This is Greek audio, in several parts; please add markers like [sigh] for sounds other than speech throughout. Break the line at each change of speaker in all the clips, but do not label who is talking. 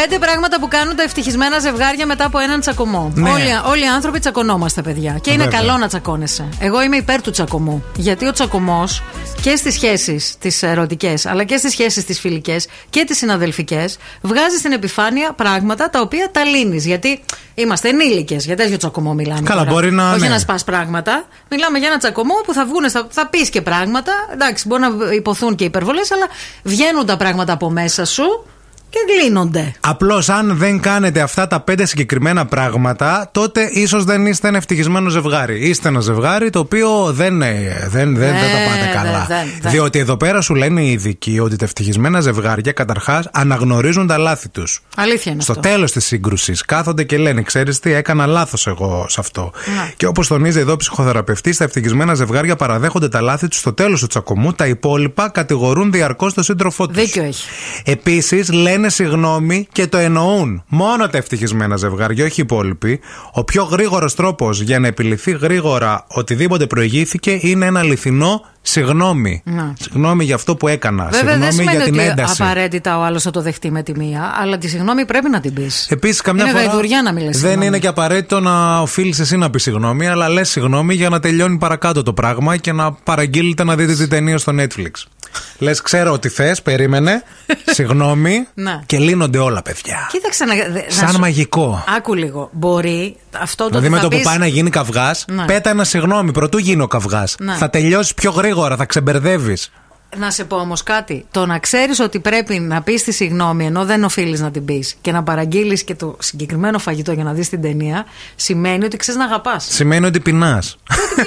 Πέντε πράγματα που κάνουν τα ευτυχισμένα ζευγάρια μετά από έναν τσακωμό.
Ναι.
Όλοι, όλοι οι άνθρωποι τσακωνόμαστε, παιδιά. Και είναι
Βέβαια.
καλό να τσακώνεσαι. Εγώ είμαι υπέρ του τσακωμού. Γιατί ο τσακωμός και στις σχέσεις τις ερωτικές, αλλά και στις σχέσεις τις φιλικές και τις συναδελφικές, βγάζει στην επιφάνεια πράγματα τα οποία τα λύνεις. Γιατί είμαστε ενήλικες. Για τέτοιο τσακωμό μιλάμε.
Καλά,
τώρα.
μπορεί να-
Όχι
ναι.
να σπα πράγματα. Μιλάμε για ένα τσακωμό που θα βγουν, θα, θα πεις και πράγματα. Εντάξει, μπορεί να υποθούν και υπερβολές, αλλά βγαίνουν τα πράγματα από μέσα σου και κλείνονται.
Απλώς αν δεν κάνετε αυτά τα πέντε συγκεκριμένα πράγματα, τότε ίσως δεν είστε ένα ευτυχισμένο ζευγάρι. Είστε ένα ζευγάρι το οποίο δεν, ε, δεν, δεν, δεν τα
δεν,
πάτε καλά.
Ναι, δεν, δεν.
Διότι εδώ πέρα σου λένε οι ειδικοί ότι τα ευτυχισμένα ζευγάρια καταρχάς αναγνωρίζουν τα λάθη τους.
Αλήθεια είναι
Στο
αυτό.
τέλος της σύγκρουσης κάθονται και λένε: Ξέρεις τι, έκανα λάθος εγώ σε αυτό.
Να.
Και όπως τονίζει εδώ ο ψυχοθεραπευτής, τα ευτυχισμένα ζευγάρια παραδέχονται τα λάθη τους στο τέλος του τσακωμού, τα υπόλοιπα κατηγορούν διαρκώς τον σύντροφό τους.
Δίκιο έχει.
Επίσης, λένε συγγνώμη και το εννοούν. Μόνο τα ευτυχισμένα ζευγάρια, όχι οι υπόλοιποι. Ο πιο γρήγορος τρόπος για να επιληθεί γρήγορα οτιδήποτε προηγήθηκε είναι ένα αληθινό συγγνώμη.
Να.
Συγγνώμη για αυτό που έκανα.
Βέβαια δεν
συγγνώμη
σημαίνει
για την
ότι
ένταση.
απαραίτητα ο άλλος θα το δεχτεί με τη μία, αλλά τη συγγνώμη πρέπει να την πεις.
Επίσης, καμιά
Είναι
φορά.
γαϊδουριά να μιλάς
δεν
συγγνώμη.
είναι και απαραίτητο να οφείλεις εσύ να πεις συγγνώμη, αλλά λες συγγνώμη για να τελειώνει παρακάτω το πράγμα και να παραγγείλετε να δείτε την ταινία στο Netflix. λες, ξέρω ότι θες, περίμενε.
[laughs]
συγγνώμη.
Ναι.
και λύνονται όλα, παιδιά.
Κοίταξε να. δε- να
Σαν
σου-
μαγικό.
Άκου λίγο. Μπορεί αυτό το.
Δηλαδή
ότι
με
θα
το που
πεις-
πάει να γίνει καυγάς,
Ναι.
πέτα ένα συγγνώμη, πρωτού γίνει ο καυγάς.
Ναι.
Θα τελειώσεις πιο γρήγορα, θα ξεμπερδεύεις.
Να σε πω όμως κάτι. Το να ξέρεις ότι πρέπει να πεις τη συγγνώμη ενώ δεν οφείλεις να την πεις και να παραγγείλεις και το συγκεκριμένο φαγητό για να δεις την ταινία, σημαίνει ότι ξέρεις να αγαπάς.
Σημαίνει ότι πεινάς.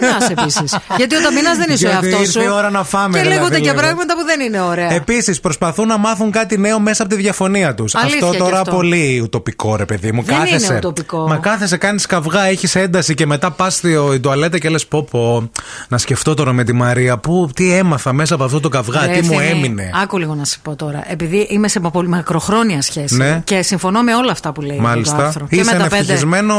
Μηνά επίσης.
[laughs]
Γιατί όταν μηνά δεν είσαι ο
Γιατί
εαυτός σου.
ήρθε η ώρα να φάμε,
Και
δηλαδή,
λέγονται και
λίγο.
πράγματα που δεν είναι ωραία.
Επίσης, προσπαθούν να μάθουν κάτι νέο μέσα από τη διαφωνία τους.
Αλήθεια
Αυτό
και
τώρα
αυτό.
πολύ ουτοπικό, ρε παιδί μου.
Δεν είναι
κάθεσαι.
ουτοπικό.
Μα κάθεσαι, κάνεις καυγά, έχεις ένταση και μετά πας στην τουαλέτα και λες: Πω, πω, να σκεφτώ τώρα με τη Μαρία. Πού, τι έμαθα μέσα από αυτό το καυγά,
Ρε,
τι μου
ευθύνη,
έμεινε.
Άκου λίγο να σου πω τώρα. Επειδή είμαι σε πολύ μακροχρόνια σχέση
Ναι.
και συμφωνώ με όλα αυτά που λέει το
Μάλιστα.
άρθρο. και
Είσαι
με
ένα
τα πέντε.
ευτυχισμένο.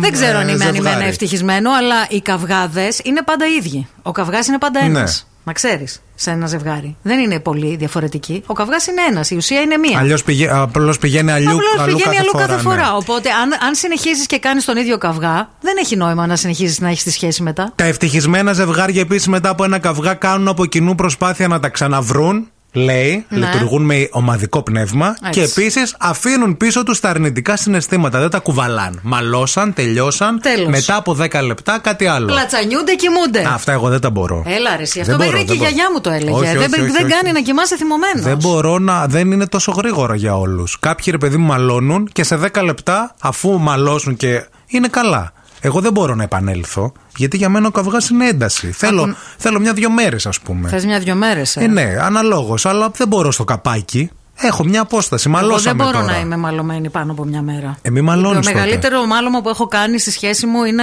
Δεν ξέρω αν
ε,
είμαι ανημένα
ζευγάρι.
ευτυχισμένο, αλλά οι καυγάδες είναι πάντα ίδιοι. Ο καυγάς είναι πάντα ένα.
Ναι.
Να ξέρεις, σε ένα ζευγάρι. Δεν είναι πολύ διαφορετική. Ο καυγάς είναι ένας, η ουσία είναι μία.
Αλλιώς πηγαίνει, απλώς πηγαίνει αλλιού,
Απλώς
αλλού
πηγαίνει
κάθε
αλλού
φορά.
κάθε
ναι.
φορά. Οπότε, αν, αν συνεχίζεις και κάνεις τον ίδιο καυγά, δεν έχει νόημα να συνεχίζεις να έχεις τη σχέση μετά.
Τα ευτυχισμένα ζευγάρια επίσης μετά από ένα καυγά κάνουν από κοινού προσπάθεια να τα ξαναβρούν. Λέει,
Ναι.
λειτουργούν με ομαδικό πνεύμα
Έτσι.
και επίσης αφήνουν πίσω τους τα αρνητικά συναισθήματα. Δεν τα κουβαλάν. Μαλώσαν, τελειώσαν.
Τέλος.
Μετά από 10 λεπτά κάτι άλλο.
Πλατσανιούνται, κοιμούνται.
Α, αυτά εγώ δεν τα μπορώ.
Έλα ρε, εσύ.
Δεν
Αυτό
μπορώ,
μέχρι και
δεν
η
μπορώ.
γιαγιά μου το έλεγε.
Όχι,
δεν
όχι,
δεν
όχι, όχι.
κάνει να κοιμάσαι θυμωμένος.
Δεν μπορώ να. Δεν είναι τόσο γρήγορα για όλους. Κάποιοι ρε παιδί μου μαλώνουν και σε 10 λεπτά, αφού μαλώσουν και. είναι καλά. Εγώ δεν μπορώ να επανέλθω, γιατί για μένα ο καυγάς είναι ένταση. Θέλω, θέλω μια-δυο μέρες, ας πούμε.
Θες μια-δυο μέρες.
Ε, ναι, αναλόγως, αλλά δεν μπορώ στο καπάκι. Έχω μια απόσταση.
Εγώ
Μαλώσαμε
δεν μπορώ
τώρα.
να είμαι μαλωμένη πάνω από μια μέρα.
Ε, μη μαλώνεις
Το
τότε.
μεγαλύτερο μάλωμα που έχω κάνει στη σχέση μου είναι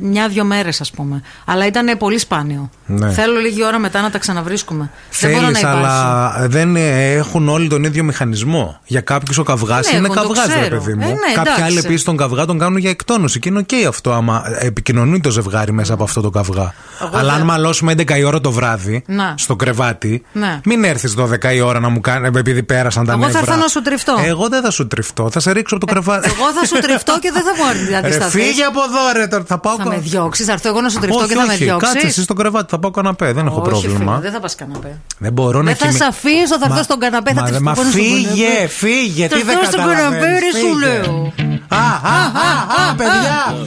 μια-δυο μέρες, ας πούμε. Αλλά ήταν πολύ σπάνιο.
Ναι.
Θέλω λίγη ώρα μετά να τα ξαναβρίσκουμε. δεν μπορώ να
Θέλει,
υπάρχω.
αλλά δεν ε, έχουν όλοι τον ίδιο μηχανισμό. Για κάποιους ο καυγάς
Ναι,
είναι
εγώ το
καυγάς, ρε
ξέρω.
παιδί μου.
Ε, ναι,
Κάποιοι
εντάξει.
άλλοι επίσης τον καυγά τον κάνουν για εκτόνωση. Και είναι οκ αυτό, άμα επικοινωνεί το ζευγάρι μέσα από αυτό το καυγά.
Εγώ
αλλά
δεν-
αν μαλώσουμε 11 η ώρα το βράδυ
Να.
στο κρεβάτι,
Ναι.
μην έρθεις 12 η ώρα να μου κάνει. Επειδή πέρασαν τα
Εγώ θα
νεύρα.
έρθω να σου τριφτώ. Ε,
Εγώ δεν θα σου τριφτώ, θα σε ρίξω από το κρεβάτι.
Εγώ θα σου τριφτώ και δεν θα μου
[laughs] Ρε,
αντισταθείς.
Φύγε από εδώ, ρε. τώρα, Θα πάω
Θα
κα-
με διώξεις, θα έρθω εγώ να σου τριφτώ και θα με διώξεις.
Κάτσε εσύ στο κρεβάτι, θα πάω καναπέ. Δεν έχω
Όχι,
πρόβλημα.
φίλε, δεν θα πας καναπέ.
Δεν μπορώ να
Δεν θα
κοιμη-
σε αφήσω, θα
Μα-
έρθω στον καναπέ, θα
μα-
τη
Μα
χτυπώνω στον καναπέ.
φύγε, φύγε,
Θα
τι δεν
έρθω στον καναπέ,
καταλαβαίνεις,
ρε, σου
φύγε.
λέω.
Α, α, α, α, παιδιά.